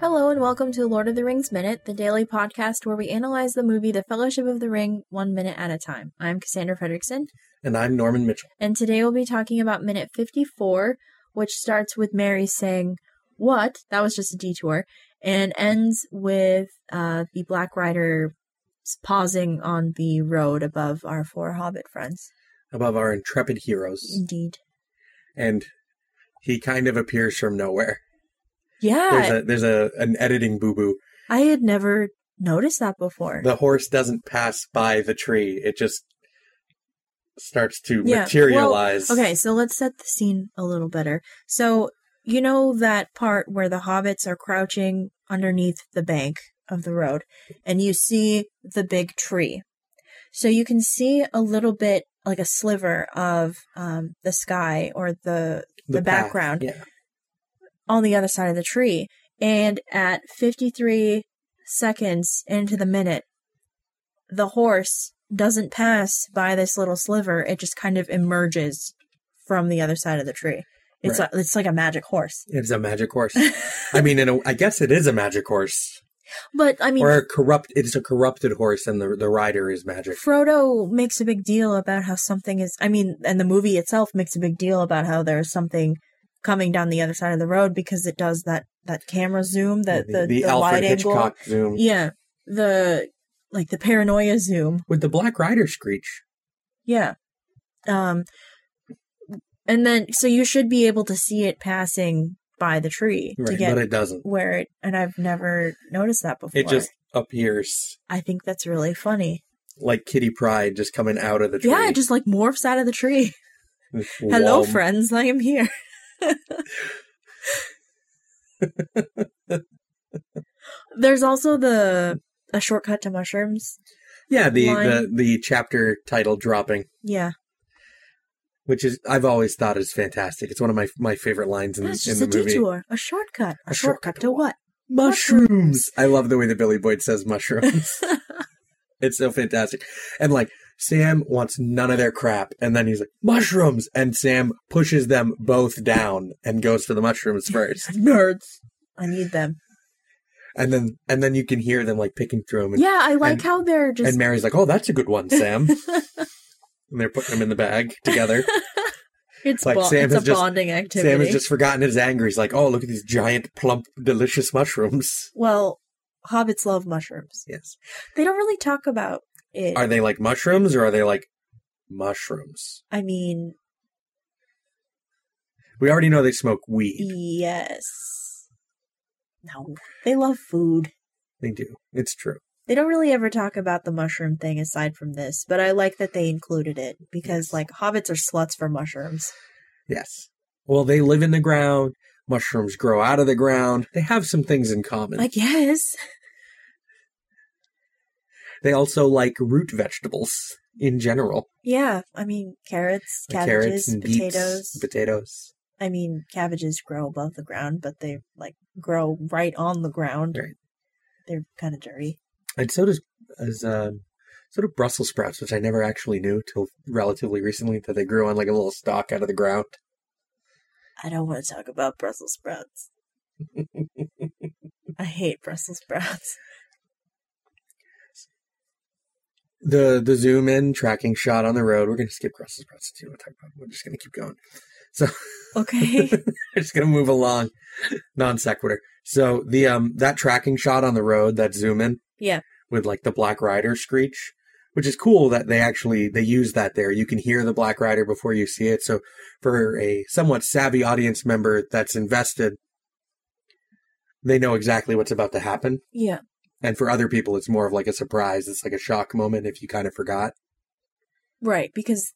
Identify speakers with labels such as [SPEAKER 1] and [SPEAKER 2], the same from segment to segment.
[SPEAKER 1] Hello and welcome to Lord of the Rings Minute, the daily podcast where we analyze the movie The Fellowship of the Ring one minute at a time. I'm Cassandra Fredrickson,
[SPEAKER 2] And I'm Norman Mitchell.
[SPEAKER 1] and today we'll be talking about minute 54, which starts with Mary saying, What? That was just a detour, and ends with uh, the Black Rider s- pausing on the road above our four hobbit friends.
[SPEAKER 2] Above our intrepid heroes.
[SPEAKER 1] Indeed.
[SPEAKER 2] And he kind of appears from nowhere. There's
[SPEAKER 1] Yeah,
[SPEAKER 2] a there's a an editing boo boo.
[SPEAKER 1] I had never noticed that before.
[SPEAKER 2] The horse doesn't pass by the tree. It just starts to
[SPEAKER 1] Yeah, well,
[SPEAKER 2] materialize.
[SPEAKER 1] Okay, so let's set the scene a little better. So, you know that part where the hobbits are crouching underneath the bank of the road, and you see the big tree. So, you can see a little bit, like a sliver of um, the sky or the the
[SPEAKER 2] path.
[SPEAKER 1] background.
[SPEAKER 2] Yeah.
[SPEAKER 1] on the other side of the tree. And at 53 seconds into the minute, the horse doesn't pass by this little sliver. It just kind of emerges from the other side of the tree. It's
[SPEAKER 2] Right.
[SPEAKER 1] like, it's like a magic horse.
[SPEAKER 2] It's a magic horse. I mean, in a, I guess it is a magic horse.
[SPEAKER 1] But I mean,
[SPEAKER 2] or a corrupt it's a corrupted horse and the the rider is magic.
[SPEAKER 1] Frodo makes a big deal about how something is. I mean, and the movie itself makes a big deal about how there's something coming down the other side of the road because it does that that camera zoom, that the, the
[SPEAKER 2] Alfred
[SPEAKER 1] wide angle.
[SPEAKER 2] Hitchcock zoom.
[SPEAKER 1] Yeah, the like the paranoia zoom.
[SPEAKER 2] With the black rider screech.
[SPEAKER 1] Yeah. Um and then so you should be able to see it passing by the tree to
[SPEAKER 2] Right.
[SPEAKER 1] get
[SPEAKER 2] But it doesn't.
[SPEAKER 1] where it and I've never noticed that before.
[SPEAKER 2] It just appears
[SPEAKER 1] I think that's really funny.
[SPEAKER 2] like Kitty Pride just coming out of the tree.
[SPEAKER 1] Yeah, it just like morphs out of the tree. Hello
[SPEAKER 2] Hello, friend.
[SPEAKER 1] friends, I am here. There's also the a shortcut to mushrooms.
[SPEAKER 2] Yeah, the, the
[SPEAKER 1] line.
[SPEAKER 2] the chapter title dropping,
[SPEAKER 1] Yeah.
[SPEAKER 2] which is I've always thought is fantastic. It's one of my my favorite lines in, in
[SPEAKER 1] That's just
[SPEAKER 2] the
[SPEAKER 1] a
[SPEAKER 2] movie.
[SPEAKER 1] detour. A shortcut. A, shortcut, to what?
[SPEAKER 2] Mushrooms. I love the way that Billy Boyd says mushrooms. it's so fantastic. And like Sam wants none of their crap, and then he's like mushrooms, and Sam pushes them both down and goes for the mushrooms first.
[SPEAKER 1] Nerds. I need them.
[SPEAKER 2] And then and then you can hear them like picking through them. And,
[SPEAKER 1] Yeah, I like
[SPEAKER 2] and-
[SPEAKER 1] how they're
[SPEAKER 2] and
[SPEAKER 1] just
[SPEAKER 2] Mary's like, "Oh, that's a good one, Sam." and they're putting them in the bag together.
[SPEAKER 1] it's,
[SPEAKER 2] like
[SPEAKER 1] bo-
[SPEAKER 2] Sam
[SPEAKER 1] it's a
[SPEAKER 2] has just-
[SPEAKER 1] bonding activity.
[SPEAKER 2] Sam has just forgotten his anger. He's like, oh, look at these giant, plump, delicious mushrooms.
[SPEAKER 1] well, hobbits love mushrooms.
[SPEAKER 2] Yes.
[SPEAKER 1] They don't really talk about it.
[SPEAKER 2] Are they like mushrooms or are they like mushrooms?
[SPEAKER 1] I mean,
[SPEAKER 2] We already know they smoke weed.
[SPEAKER 1] yes. No, they love food.
[SPEAKER 2] They do. It's true.
[SPEAKER 1] They don't really ever talk about the mushroom thing aside from this, but I like that they included it because,
[SPEAKER 2] Yes.
[SPEAKER 1] like, hobbits are sluts for mushrooms.
[SPEAKER 2] Yes. Well, they live in the ground. Mushrooms grow out of the ground. They have some things in common.
[SPEAKER 1] I guess.
[SPEAKER 2] they also like root vegetables in general.
[SPEAKER 1] Yeah, I mean, carrots,
[SPEAKER 2] Like
[SPEAKER 1] cabbages,
[SPEAKER 2] carrots and beets,
[SPEAKER 1] potatoes.
[SPEAKER 2] potatoes.
[SPEAKER 1] I mean, cabbages grow above the ground, but they like grow right on the ground.
[SPEAKER 2] Right.
[SPEAKER 1] They're kind of dirty.
[SPEAKER 2] And so does as um so do Brussels sprouts, which I never actually knew till relatively recently that they grew on like a little stalk out of the ground.
[SPEAKER 1] I don't want to talk about Brussels sprouts. I hate Brussels sprouts.
[SPEAKER 2] the the zoom in tracking shot on the road. We're gonna skip Brussels sprouts too. We'll talk about. We're just gonna keep going.
[SPEAKER 1] Okay.
[SPEAKER 2] We're just gonna move along, non sequitur. So the um that tracking shot on the road, that zoom in,
[SPEAKER 1] Yeah.
[SPEAKER 2] with like the Black Rider screech, which is cool that they actually they use that there. You can hear the Black Rider before you see it. So for a somewhat savvy audience member that's invested, they know exactly what's about to happen.
[SPEAKER 1] yeah.
[SPEAKER 2] And for other people, it's more of like a surprise. It's like a shock moment if you kind of forgot.
[SPEAKER 1] Right. Because,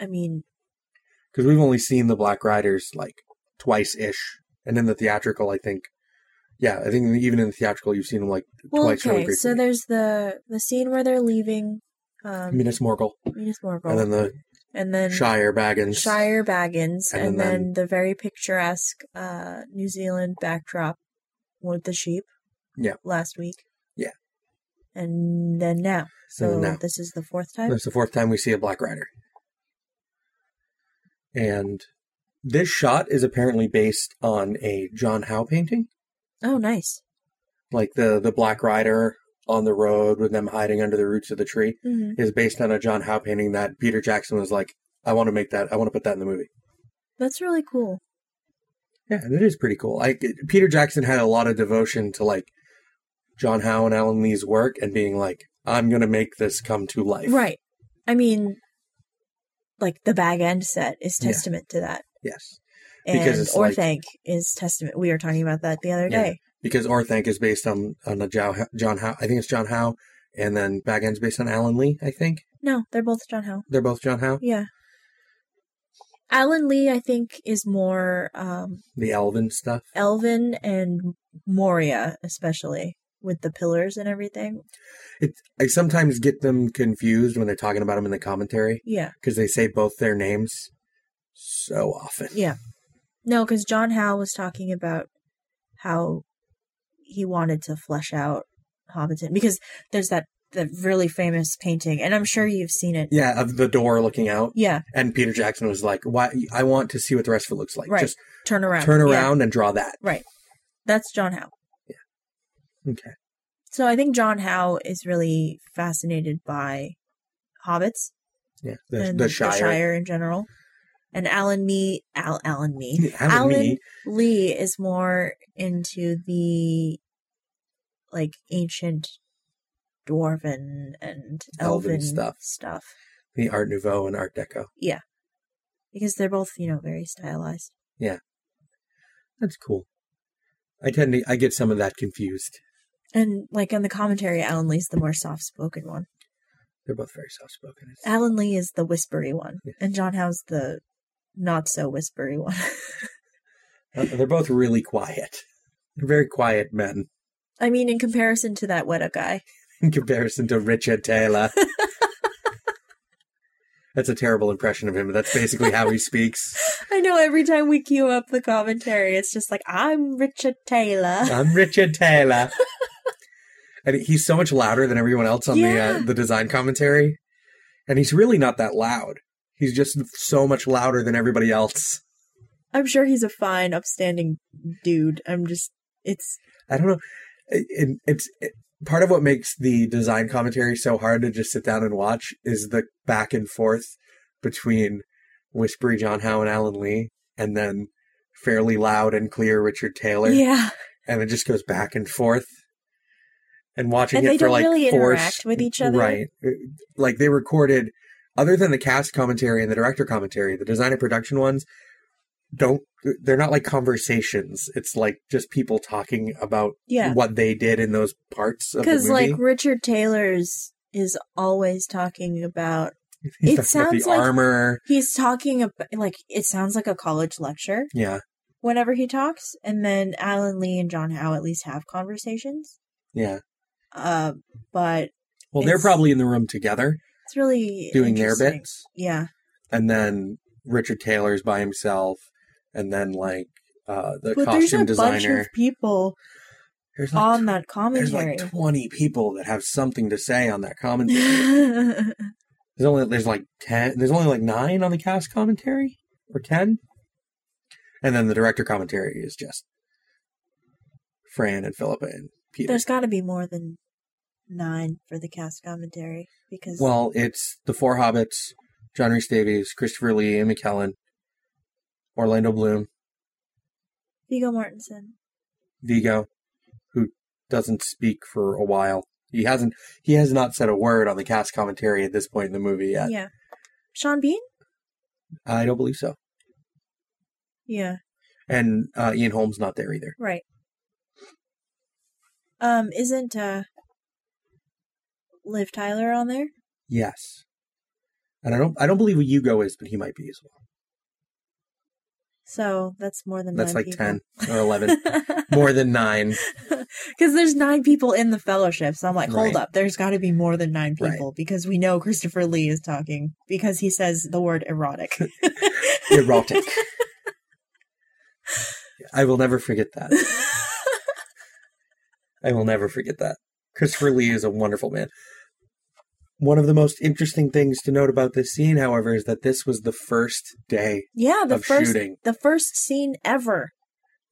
[SPEAKER 1] I mean,
[SPEAKER 2] because we've only seen the Black Riders like twice ish, and in the theatrical, I think, yeah, I think even in the theatrical, you've seen them like
[SPEAKER 1] well,
[SPEAKER 2] Twice really
[SPEAKER 1] okay.
[SPEAKER 2] briefly.
[SPEAKER 1] So there's the the scene where they're leaving um,
[SPEAKER 2] Minas Morgul,
[SPEAKER 1] Minas Morgul,
[SPEAKER 2] and then the
[SPEAKER 1] and then
[SPEAKER 2] Shire Baggins,
[SPEAKER 1] Shire Baggins, and,
[SPEAKER 2] And
[SPEAKER 1] then,
[SPEAKER 2] then-
[SPEAKER 1] the very picturesque uh, New Zealand backdrop with the sheep.
[SPEAKER 2] Yeah.
[SPEAKER 1] Last week.
[SPEAKER 2] Yeah.
[SPEAKER 1] And then now. So
[SPEAKER 2] then now.
[SPEAKER 1] this is the fourth time.
[SPEAKER 2] That's the fourth time we see a Black Rider, and this shot is apparently based on a John Howe painting.
[SPEAKER 1] Oh, nice.
[SPEAKER 2] Like the the Black Rider on the road with them hiding under the roots of the tree
[SPEAKER 1] hmm
[SPEAKER 2] is based on a John Howe painting that Peter Jackson was like, I want to make that. I want to put that in the movie.
[SPEAKER 1] That's really cool.
[SPEAKER 2] Yeah, that is pretty cool. Like it- Peter Jackson had a lot of devotion to like John Howe and Alan Lee's work and being like, I'm gonna make this come to life.
[SPEAKER 1] Right. I mean, like the bag end set is
[SPEAKER 2] Yeah.
[SPEAKER 1] testament to that.
[SPEAKER 2] Yes.
[SPEAKER 1] And
[SPEAKER 2] Because it's like-
[SPEAKER 1] Orthanc is testament. We were talking about that the other
[SPEAKER 2] Yeah.
[SPEAKER 1] day.
[SPEAKER 2] Because Orthanc is based on on a Jow- John Howe. I think it's John Howe, and then Bag End's based on Alan Lee. I think
[SPEAKER 1] No, they're both John Howe.
[SPEAKER 2] they're both John Howe.
[SPEAKER 1] Yeah. Alan Lee, I think, is more um,
[SPEAKER 2] The Elven stuff.
[SPEAKER 1] Elvin and Moria, especially with the pillars and everything.
[SPEAKER 2] I sometimes get them confused when they're talking about them in the commentary
[SPEAKER 1] Yeah.
[SPEAKER 2] because they say both their names so often.
[SPEAKER 1] Yeah. No, because John Howe was talking about how he wanted to flesh out Hobbiton because there's that that really famous painting, and I'm sure you've seen it.
[SPEAKER 2] Yeah, of the door looking out,
[SPEAKER 1] Yeah,
[SPEAKER 2] and Peter Jackson was like, "Why? I want to see what the rest of it looks like.
[SPEAKER 1] Right.
[SPEAKER 2] Just
[SPEAKER 1] turn around.
[SPEAKER 2] turn
[SPEAKER 1] Yeah,
[SPEAKER 2] around and draw that."
[SPEAKER 1] that's John Howe.
[SPEAKER 2] Okay.
[SPEAKER 1] So I think John Howe is really fascinated by hobbits
[SPEAKER 2] Yeah. The,
[SPEAKER 1] and
[SPEAKER 2] the Shire.
[SPEAKER 1] in general. And Alan Me, Al, Alan Me,
[SPEAKER 2] Alan,
[SPEAKER 1] Alan
[SPEAKER 2] Lee.
[SPEAKER 1] Lee is more into the like ancient dwarven and elven,
[SPEAKER 2] Elven stuff.
[SPEAKER 1] stuff
[SPEAKER 2] the Art Nouveau and Art Deco.
[SPEAKER 1] because they're both you know very stylized.
[SPEAKER 2] That's cool. I tend to I get some of that confused.
[SPEAKER 1] And like on the commentary, Alan Lee's the more soft spoken one.
[SPEAKER 2] They're both very soft spoken.
[SPEAKER 1] Alan Lee is the whispery one,
[SPEAKER 2] Yes.
[SPEAKER 1] and John Howe's the not so whispery one.
[SPEAKER 2] uh, They're both really quiet. They're very quiet men
[SPEAKER 1] I mean, in comparison to that Weta guy,
[SPEAKER 2] in comparison to Richard Taylor. that's a terrible impression of him, but that's basically how he speaks.
[SPEAKER 1] I know every time we queue up the commentary, it's just like I'm Richard Taylor.
[SPEAKER 2] I'm Richard Taylor. And he's so much louder than everyone else on the
[SPEAKER 1] Yeah.
[SPEAKER 2] uh, the design commentary. And he's really not that loud. He's just so much louder than everybody else.
[SPEAKER 1] I'm sure he's a fine, upstanding dude. I'm just, it's
[SPEAKER 2] I don't know. It, it- it's it, part of what makes the design commentary so hard to just sit down and watch is the back and forth between Whispery John Howe and Alan Lee, and then fairly loud and clear Richard Taylor,
[SPEAKER 1] yeah,
[SPEAKER 2] and it just goes back and forth. And watching
[SPEAKER 1] and
[SPEAKER 2] it
[SPEAKER 1] they
[SPEAKER 2] for
[SPEAKER 1] don't
[SPEAKER 2] like
[SPEAKER 1] really
[SPEAKER 2] four
[SPEAKER 1] interact with each other.
[SPEAKER 2] Right. Uh, Like they recorded, other than the cast commentary and the director commentary, the design and production ones don't, they're not like conversations. It's like just people talking about
[SPEAKER 1] Yeah,
[SPEAKER 2] what they did in those parts of the
[SPEAKER 1] because
[SPEAKER 2] movie.
[SPEAKER 1] like Richard Taylor's is always talking about. it
[SPEAKER 2] He's talking about
[SPEAKER 1] sounds
[SPEAKER 2] the
[SPEAKER 1] like-
[SPEAKER 2] armor.
[SPEAKER 1] He's talking about like it sounds like a college lecture
[SPEAKER 2] Yeah,
[SPEAKER 1] whenever he talks, and then Alan Lee and John Howe at least have conversations.
[SPEAKER 2] yeah.
[SPEAKER 1] Uh, but
[SPEAKER 2] Well, they're
[SPEAKER 1] It's-
[SPEAKER 2] probably in the room together
[SPEAKER 1] it's really
[SPEAKER 2] doing their
[SPEAKER 1] interesting.
[SPEAKER 2] bits,
[SPEAKER 1] Yeah,
[SPEAKER 2] and then Richard Taylor's by himself, and then like uh, the
[SPEAKER 1] but there's
[SPEAKER 2] costume
[SPEAKER 1] a bunch
[SPEAKER 2] designer.
[SPEAKER 1] of people
[SPEAKER 2] there's like,
[SPEAKER 1] on that
[SPEAKER 2] there's
[SPEAKER 1] commentary.
[SPEAKER 2] like twenty people that have something to say on that commentary. there's only there's like ten. There's only like nine on the cast commentary or ten, and then the director commentary is just Fran and Philippa and Peter.
[SPEAKER 1] There's got to be more than nine for the cast commentary because
[SPEAKER 2] Well, it's the four hobbits, John Rhys Davies, Christopher Lee, and McKellen, Orlando Bloom,
[SPEAKER 1] Viggo Mortensen.
[SPEAKER 2] Vigo, who doesn't speak for a while. He hasn't he has not said a word on the cast commentary at this point in the movie
[SPEAKER 1] Yeah.
[SPEAKER 2] yet.
[SPEAKER 1] Sean Bean?
[SPEAKER 2] I don't believe so.
[SPEAKER 1] Yeah,
[SPEAKER 2] And uh, Ian Holmes not there either.
[SPEAKER 1] right. Um isn't uh Liv Tyler on there?
[SPEAKER 2] Yes. And I don't I don't believe Hugo is, but he might be as well.
[SPEAKER 1] So that's more than
[SPEAKER 2] That's
[SPEAKER 1] nine
[SPEAKER 2] like
[SPEAKER 1] people.
[SPEAKER 2] ten or eleven. More than nine.
[SPEAKER 1] Because there's nine people in the fellowship, so I'm like, hold
[SPEAKER 2] Right.
[SPEAKER 1] up, there's got to be more than nine
[SPEAKER 2] Right.
[SPEAKER 1] people because we know Christopher Lee is talking because he says the word erotic.
[SPEAKER 2] Erotic. I will never forget that. I will never forget that. Christopher Lee is a wonderful man. One of the most interesting things to note about this scene, however, is that this was the first day
[SPEAKER 1] yeah, the
[SPEAKER 2] of
[SPEAKER 1] first
[SPEAKER 2] shooting.
[SPEAKER 1] the first scene ever.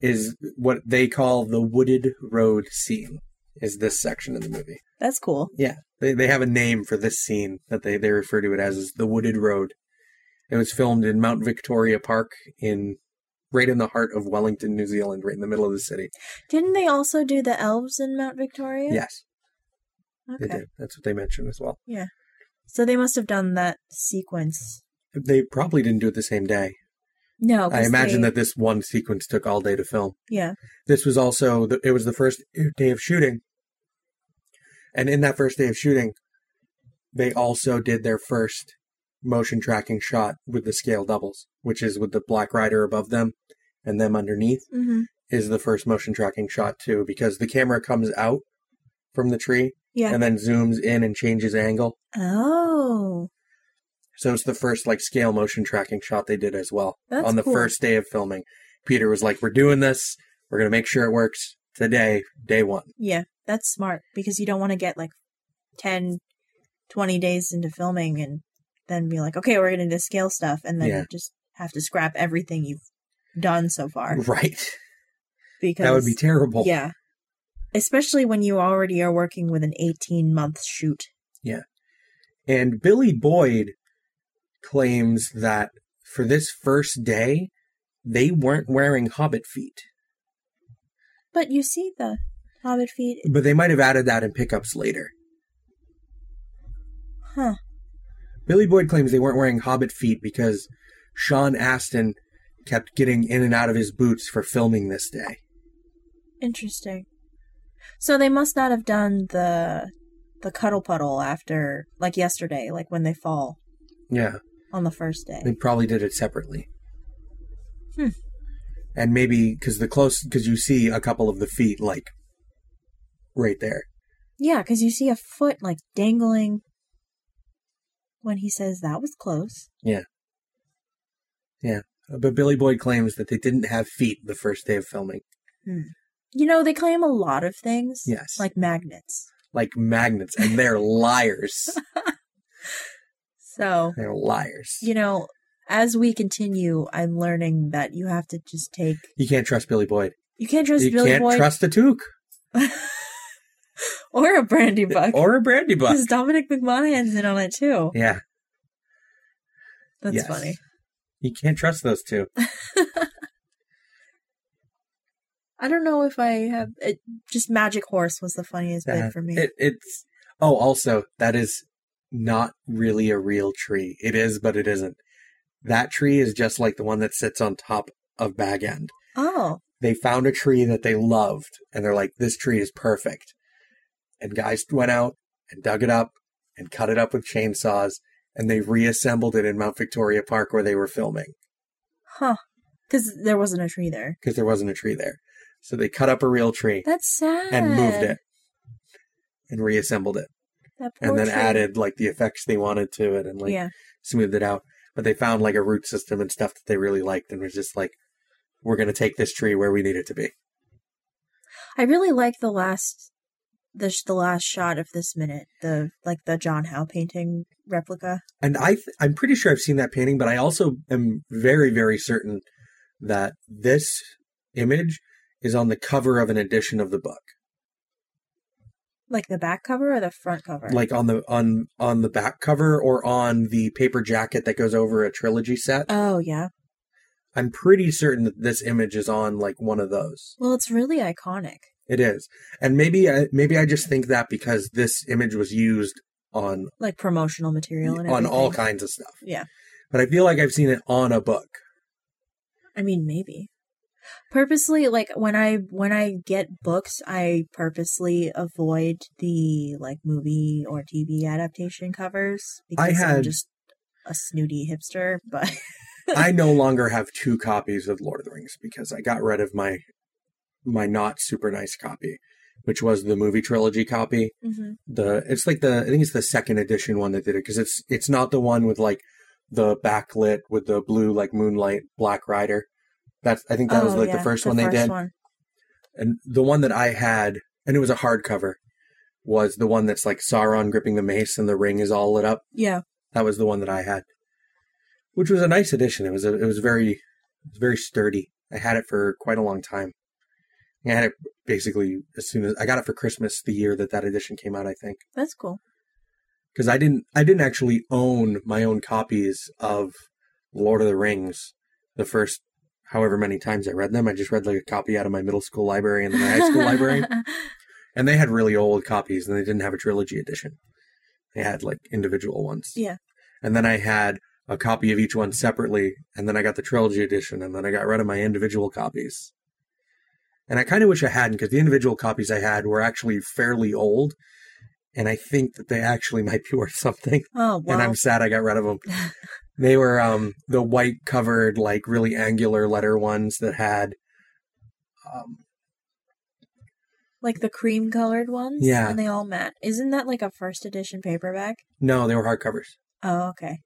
[SPEAKER 2] is what they call the wooded road scene. Is this section of the movie?
[SPEAKER 1] That's cool.
[SPEAKER 2] Yeah, they they have a name for this scene that they they refer to it as is the wooded road. It was filmed in Mount Victoria Park in right in the heart of Wellington, New Zealand, right in the middle of the city.
[SPEAKER 1] Didn't they also do the elves in Mount Victoria?
[SPEAKER 2] Yes,
[SPEAKER 1] Okay.
[SPEAKER 2] they did. That's what they mentioned as well.
[SPEAKER 1] So they must have done that sequence.
[SPEAKER 2] They probably didn't do it the same day.
[SPEAKER 1] No,
[SPEAKER 2] I imagine that this one sequence took all day to film.
[SPEAKER 1] Yeah.
[SPEAKER 2] This was also the, it was the first day of shooting, and in that first day of shooting, they also did their first motion tracking shot with the scale doubles, which is with the black rider above them and them underneath.
[SPEAKER 1] Mm-hmm.
[SPEAKER 2] is the first motion tracking shot too because the camera comes out from the tree
[SPEAKER 1] Yeah.
[SPEAKER 2] and then zooms in and changes angle
[SPEAKER 1] oh,
[SPEAKER 2] so it's the first like scale motion tracking shot they did as well
[SPEAKER 1] That's
[SPEAKER 2] on the
[SPEAKER 1] cool.
[SPEAKER 2] first day of filming peter was like we're doing this we're going to make sure it works today day one
[SPEAKER 1] yeah. That's smart because you don't want to get like 10, 20 days into filming and then be like, okay, we're going to do scale stuff and then
[SPEAKER 2] Yeah.
[SPEAKER 1] just have to scrap everything you've done so far.
[SPEAKER 2] right
[SPEAKER 1] Because
[SPEAKER 2] that would be terrible
[SPEAKER 1] Yeah. Especially when you already are working with an 18 month shoot.
[SPEAKER 2] and billy boyd claims that for this first day they weren't wearing hobbit feet
[SPEAKER 1] But you see the hobbit feet.
[SPEAKER 2] but they might have added that in pickups later
[SPEAKER 1] Huh.
[SPEAKER 2] Billy Boyd claims they weren't wearing hobbit feet because Sean Astin kept getting in and out of his boots for filming this day.
[SPEAKER 1] Interesting. So they must not have done the the cuddle puddle after like yesterday, like when they fall
[SPEAKER 2] Yeah,
[SPEAKER 1] on the first day.
[SPEAKER 2] they probably did it separately.
[SPEAKER 1] Hmm.
[SPEAKER 2] And maybe because the close, because you see a couple of the feet like right there.
[SPEAKER 1] Yeah, because you see a foot like dangling when he says that was close.
[SPEAKER 2] But Billy Boyd claims that they didn't have feet the first day of filming.
[SPEAKER 1] You know, they claim a lot of things.
[SPEAKER 2] Yes.
[SPEAKER 1] Like magnets.
[SPEAKER 2] Like magnets, and they're liars.
[SPEAKER 1] So
[SPEAKER 2] They're liars.
[SPEAKER 1] you know, as we continue, I'm learning that you have to just take.
[SPEAKER 2] You can't trust Billy Boyd.
[SPEAKER 1] You can't trust
[SPEAKER 2] you
[SPEAKER 1] Billy
[SPEAKER 2] can't
[SPEAKER 1] Boyd
[SPEAKER 2] trust a toque
[SPEAKER 1] or a brandy buck.
[SPEAKER 2] or a brandy buck.
[SPEAKER 1] Because Dominic McMonahan's in on it too.
[SPEAKER 2] Yeah,
[SPEAKER 1] That's
[SPEAKER 2] Yes.
[SPEAKER 1] funny.
[SPEAKER 2] you can't trust those two.
[SPEAKER 1] I don't know if I have. It, just Magic Horse was the funniest
[SPEAKER 2] Yeah.
[SPEAKER 1] bit for me.
[SPEAKER 2] It, it's oh, also that is not really a real tree. It is, but it isn't. That tree is just like the one that sits on top of Bag End.
[SPEAKER 1] oh,
[SPEAKER 2] They found a tree that they loved, and they're like, "This tree is perfect." And guys went out and dug it up and cut it up with chainsaws, and they reassembled it in Mount Victoria Park where they were filming
[SPEAKER 1] huh. Because there wasn't a tree there.
[SPEAKER 2] because there wasn't a tree there. So they cut up a real tree
[SPEAKER 1] That's sad.
[SPEAKER 2] and moved it and reassembled it,
[SPEAKER 1] That poor
[SPEAKER 2] and then
[SPEAKER 1] tree.
[SPEAKER 2] added like the effects they wanted to it, and like
[SPEAKER 1] yeah.
[SPEAKER 2] smoothed it out. But they found like a root system and stuff that they really liked and was just like, we're going to take this tree where we need it to be.
[SPEAKER 1] I really like the last, the sh- the last shot of this minute. The like the John Howe painting replica.
[SPEAKER 2] And I th- I'm pretty sure I've seen that painting, but I also am very, very certain that this image is on the cover of an edition of the book.
[SPEAKER 1] Like the back cover or the front cover?
[SPEAKER 2] Like on the on on the back cover or on the paper jacket that goes over a trilogy set.
[SPEAKER 1] oh yeah.
[SPEAKER 2] I'm pretty certain that this image is on like one of those.
[SPEAKER 1] Well, it's really iconic.
[SPEAKER 2] It is. And maybe I maybe I just think that because this image was used on
[SPEAKER 1] Like promotional material and
[SPEAKER 2] on
[SPEAKER 1] everything.
[SPEAKER 2] all kinds of stuff.
[SPEAKER 1] Yeah.
[SPEAKER 2] But I feel like I've seen it on a book.
[SPEAKER 1] I mean, maybe. Purposely, like when I when I get books, I purposely avoid the like movie or TV adaptation covers because I'm
[SPEAKER 2] had-
[SPEAKER 1] just a snooty hipster. But
[SPEAKER 2] I no longer have two copies of Lord of the Rings because I got rid of my my not super nice copy, which was the movie trilogy copy. The it's like the I think it's the second edition one that did it because it's it's not the one with like the backlit with the blue like moonlight black rider. That's I think that was
[SPEAKER 1] Oh,
[SPEAKER 2] like
[SPEAKER 1] yeah,
[SPEAKER 2] the first one they
[SPEAKER 1] first
[SPEAKER 2] did.
[SPEAKER 1] one.
[SPEAKER 2] and the one that I had, and it was a hardcover, was the one that's like Sauron gripping the mace and the ring is all lit up.
[SPEAKER 1] Yeah,
[SPEAKER 2] That was the one that I had, which was a nice addition. It was a, it was very, it was very sturdy. I had it for quite a long time. I had it basically as soon as I got it for Christmas the year that that edition came out, I think,
[SPEAKER 1] That's cool.
[SPEAKER 2] because I didn't I didn't actually own my own copies of Lord of the Rings the first however many times I read them. I just read like a copy out of my middle school library and then my high school library, and they had really old copies and they didn't have a trilogy edition. They had like individual ones.
[SPEAKER 1] Yeah.
[SPEAKER 2] And then I had a copy of each one separately, and then I got the trilogy edition, and then I got rid of my individual copies. And I kind of wish I hadn't, because the individual copies I had were actually fairly old, and I think that they actually might be worth something.
[SPEAKER 1] oh, wow.
[SPEAKER 2] And I'm sad I got rid of them. they were um, the white covered, like really angular letter ones that had, um,
[SPEAKER 1] like the cream colored ones?
[SPEAKER 2] Yeah.
[SPEAKER 1] And they all match. Isn't that like a first edition paperback?
[SPEAKER 2] no, they were hardcovers.
[SPEAKER 1] Oh, okay.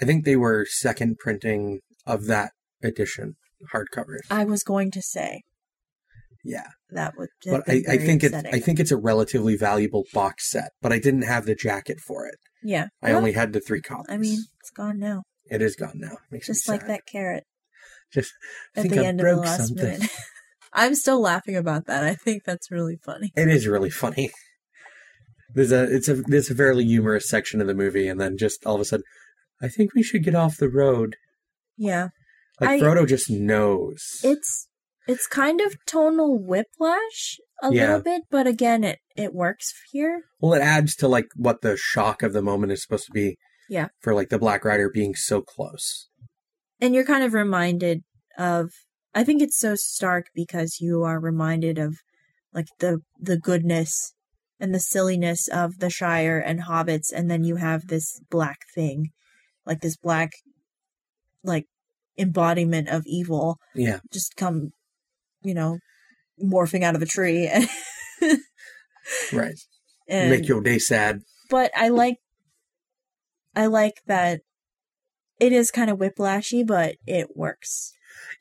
[SPEAKER 2] I think they were second printing of that edition hardcovers.
[SPEAKER 1] I was going to say
[SPEAKER 2] yeah.
[SPEAKER 1] that would. have
[SPEAKER 2] but I,
[SPEAKER 1] been
[SPEAKER 2] I
[SPEAKER 1] very
[SPEAKER 2] think it's
[SPEAKER 1] upsetting.
[SPEAKER 2] I think it's a relatively valuable box set. But I didn't have the jacket for it.
[SPEAKER 1] Yeah.
[SPEAKER 2] I
[SPEAKER 1] Well,
[SPEAKER 2] only had the three copies.
[SPEAKER 1] I mean, it's gone now.
[SPEAKER 2] it is gone now. Makes me
[SPEAKER 1] Just like
[SPEAKER 2] sad.
[SPEAKER 1] that carrot
[SPEAKER 2] Just I
[SPEAKER 1] at
[SPEAKER 2] think
[SPEAKER 1] the
[SPEAKER 2] I
[SPEAKER 1] end of
[SPEAKER 2] broke
[SPEAKER 1] the last
[SPEAKER 2] something.
[SPEAKER 1] minute. I'm still laughing about that. I think that's really funny.
[SPEAKER 2] It is really funny. There's a it's a there's a fairly humorous section of the movie, and then just all of a sudden, I think we should get off the road.
[SPEAKER 1] Yeah. I-
[SPEAKER 2] Like Frodo just knows.
[SPEAKER 1] It's it's kind of tonal whiplash a
[SPEAKER 2] Yeah.
[SPEAKER 1] little bit, but again, it it works here.
[SPEAKER 2] well, it adds to like what the shock of the moment is supposed to be.
[SPEAKER 1] Yeah.
[SPEAKER 2] For like the Black Rider being so close.
[SPEAKER 1] and you're kind of reminded of i think it's so stark because you are reminded of like the the goodness and the silliness of the shire and hobbits and then you have this black thing like this black like embodiment of evil
[SPEAKER 2] Yeah.
[SPEAKER 1] just come you know morphing out of a tree and,
[SPEAKER 2] Right. Make your day sad.
[SPEAKER 1] but I like I like that it is kind of whiplashy, but it works.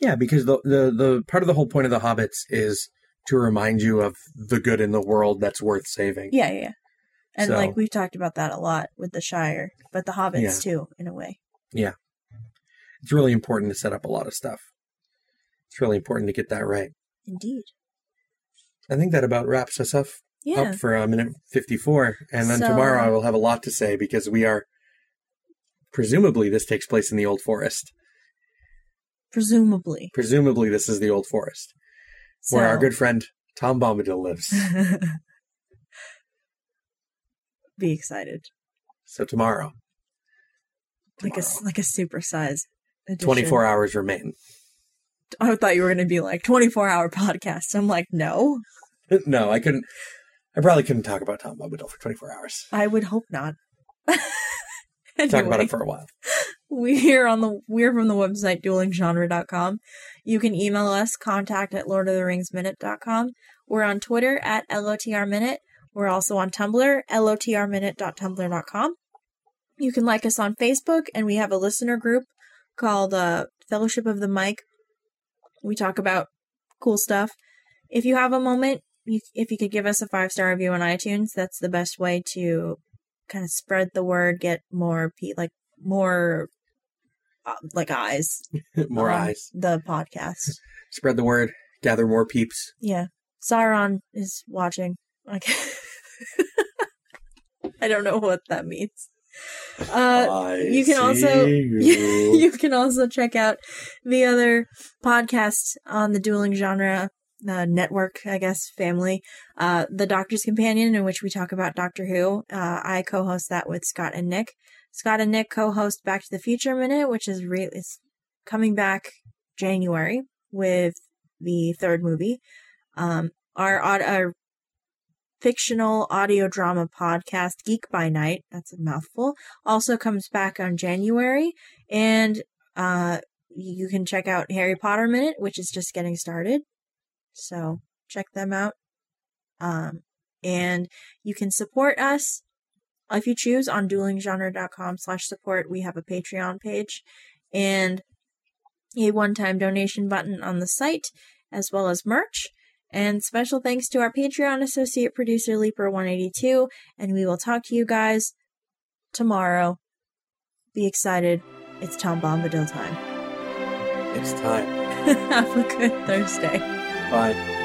[SPEAKER 2] Yeah, because the, the the part of the whole point of the hobbits is to remind you of the good in the world that's worth saving.
[SPEAKER 1] Yeah, yeah. yeah. And
[SPEAKER 2] So-
[SPEAKER 1] like we've talked about that a lot with the Shire, but the Hobbits too, in a way.
[SPEAKER 2] It's really important to set up a lot of stuff. It's really important to get that right.
[SPEAKER 1] Indeed.
[SPEAKER 2] I think that about wraps us up
[SPEAKER 1] Yeah.
[SPEAKER 2] up for a minute fifty four, and then
[SPEAKER 1] So-
[SPEAKER 2] tomorrow I will have a lot to say because we are presumably this takes place in the old forest.
[SPEAKER 1] Presumably.
[SPEAKER 2] Presumably this is the old forest
[SPEAKER 1] So.
[SPEAKER 2] where our good friend Tom Bombadil lives.
[SPEAKER 1] Be excited.
[SPEAKER 2] so tomorrow,
[SPEAKER 1] Like a s- like a supersize. edition.
[SPEAKER 2] twenty four hours remain.
[SPEAKER 1] I thought you were going to be like 24 hour podcast. I'm like, no,
[SPEAKER 2] no, I couldn't. I probably couldn't talk about Tom Bombadil for 24 hours.
[SPEAKER 1] I would hope not. anyway.
[SPEAKER 2] Talk about it for a while.
[SPEAKER 1] we're on the we're from the website duelinggenre.com you can email us contact at lord of the rings minute.com we're on twitter at lotrminute. we're also on tumblr lotrminute.tumblr.com you can like us on facebook and we have a listener group called uh, fellowship of the mic we talk about cool stuff if you have a moment you, if you could give us a five star review on itunes that's the best way to kind of spread the word get more pe- like more uh, like eyes
[SPEAKER 2] more
[SPEAKER 1] on
[SPEAKER 2] eyes.
[SPEAKER 1] the podcast
[SPEAKER 2] Spread the word. Gather more peeps.
[SPEAKER 1] yeah sauron is watching like i don't know what that means uh
[SPEAKER 2] I
[SPEAKER 1] you can also-
[SPEAKER 2] see
[SPEAKER 1] you,
[SPEAKER 2] you.
[SPEAKER 1] you can also check out the other podcasts on the dueling genre uh, network, I guess, family. Uh, the Doctor's Companion, in which we talk about Doctor Who. Uh, I co-host that with Scott and Nick. Scott and Nick co-host Back to the Future Minute, which is re- is coming back January with the third movie. Um, our, aud- our fictional audio drama podcast, Geek by Night, that's a mouthful, also comes back on January. And uh, you can check out Harry Potter Minute, which is just getting started. So check them out. Um, and you can support us if you choose on duelinggenre.com slash support. We have a Patreon page and a one-time donation button on the site, as well as merch. And special thanks to our Patreon associate producer, Leaper182. And we will talk to you guys tomorrow. Be excited. It's Tom Bombadil time.
[SPEAKER 2] It's time.
[SPEAKER 1] Have a good Thursday.
[SPEAKER 2] Bye.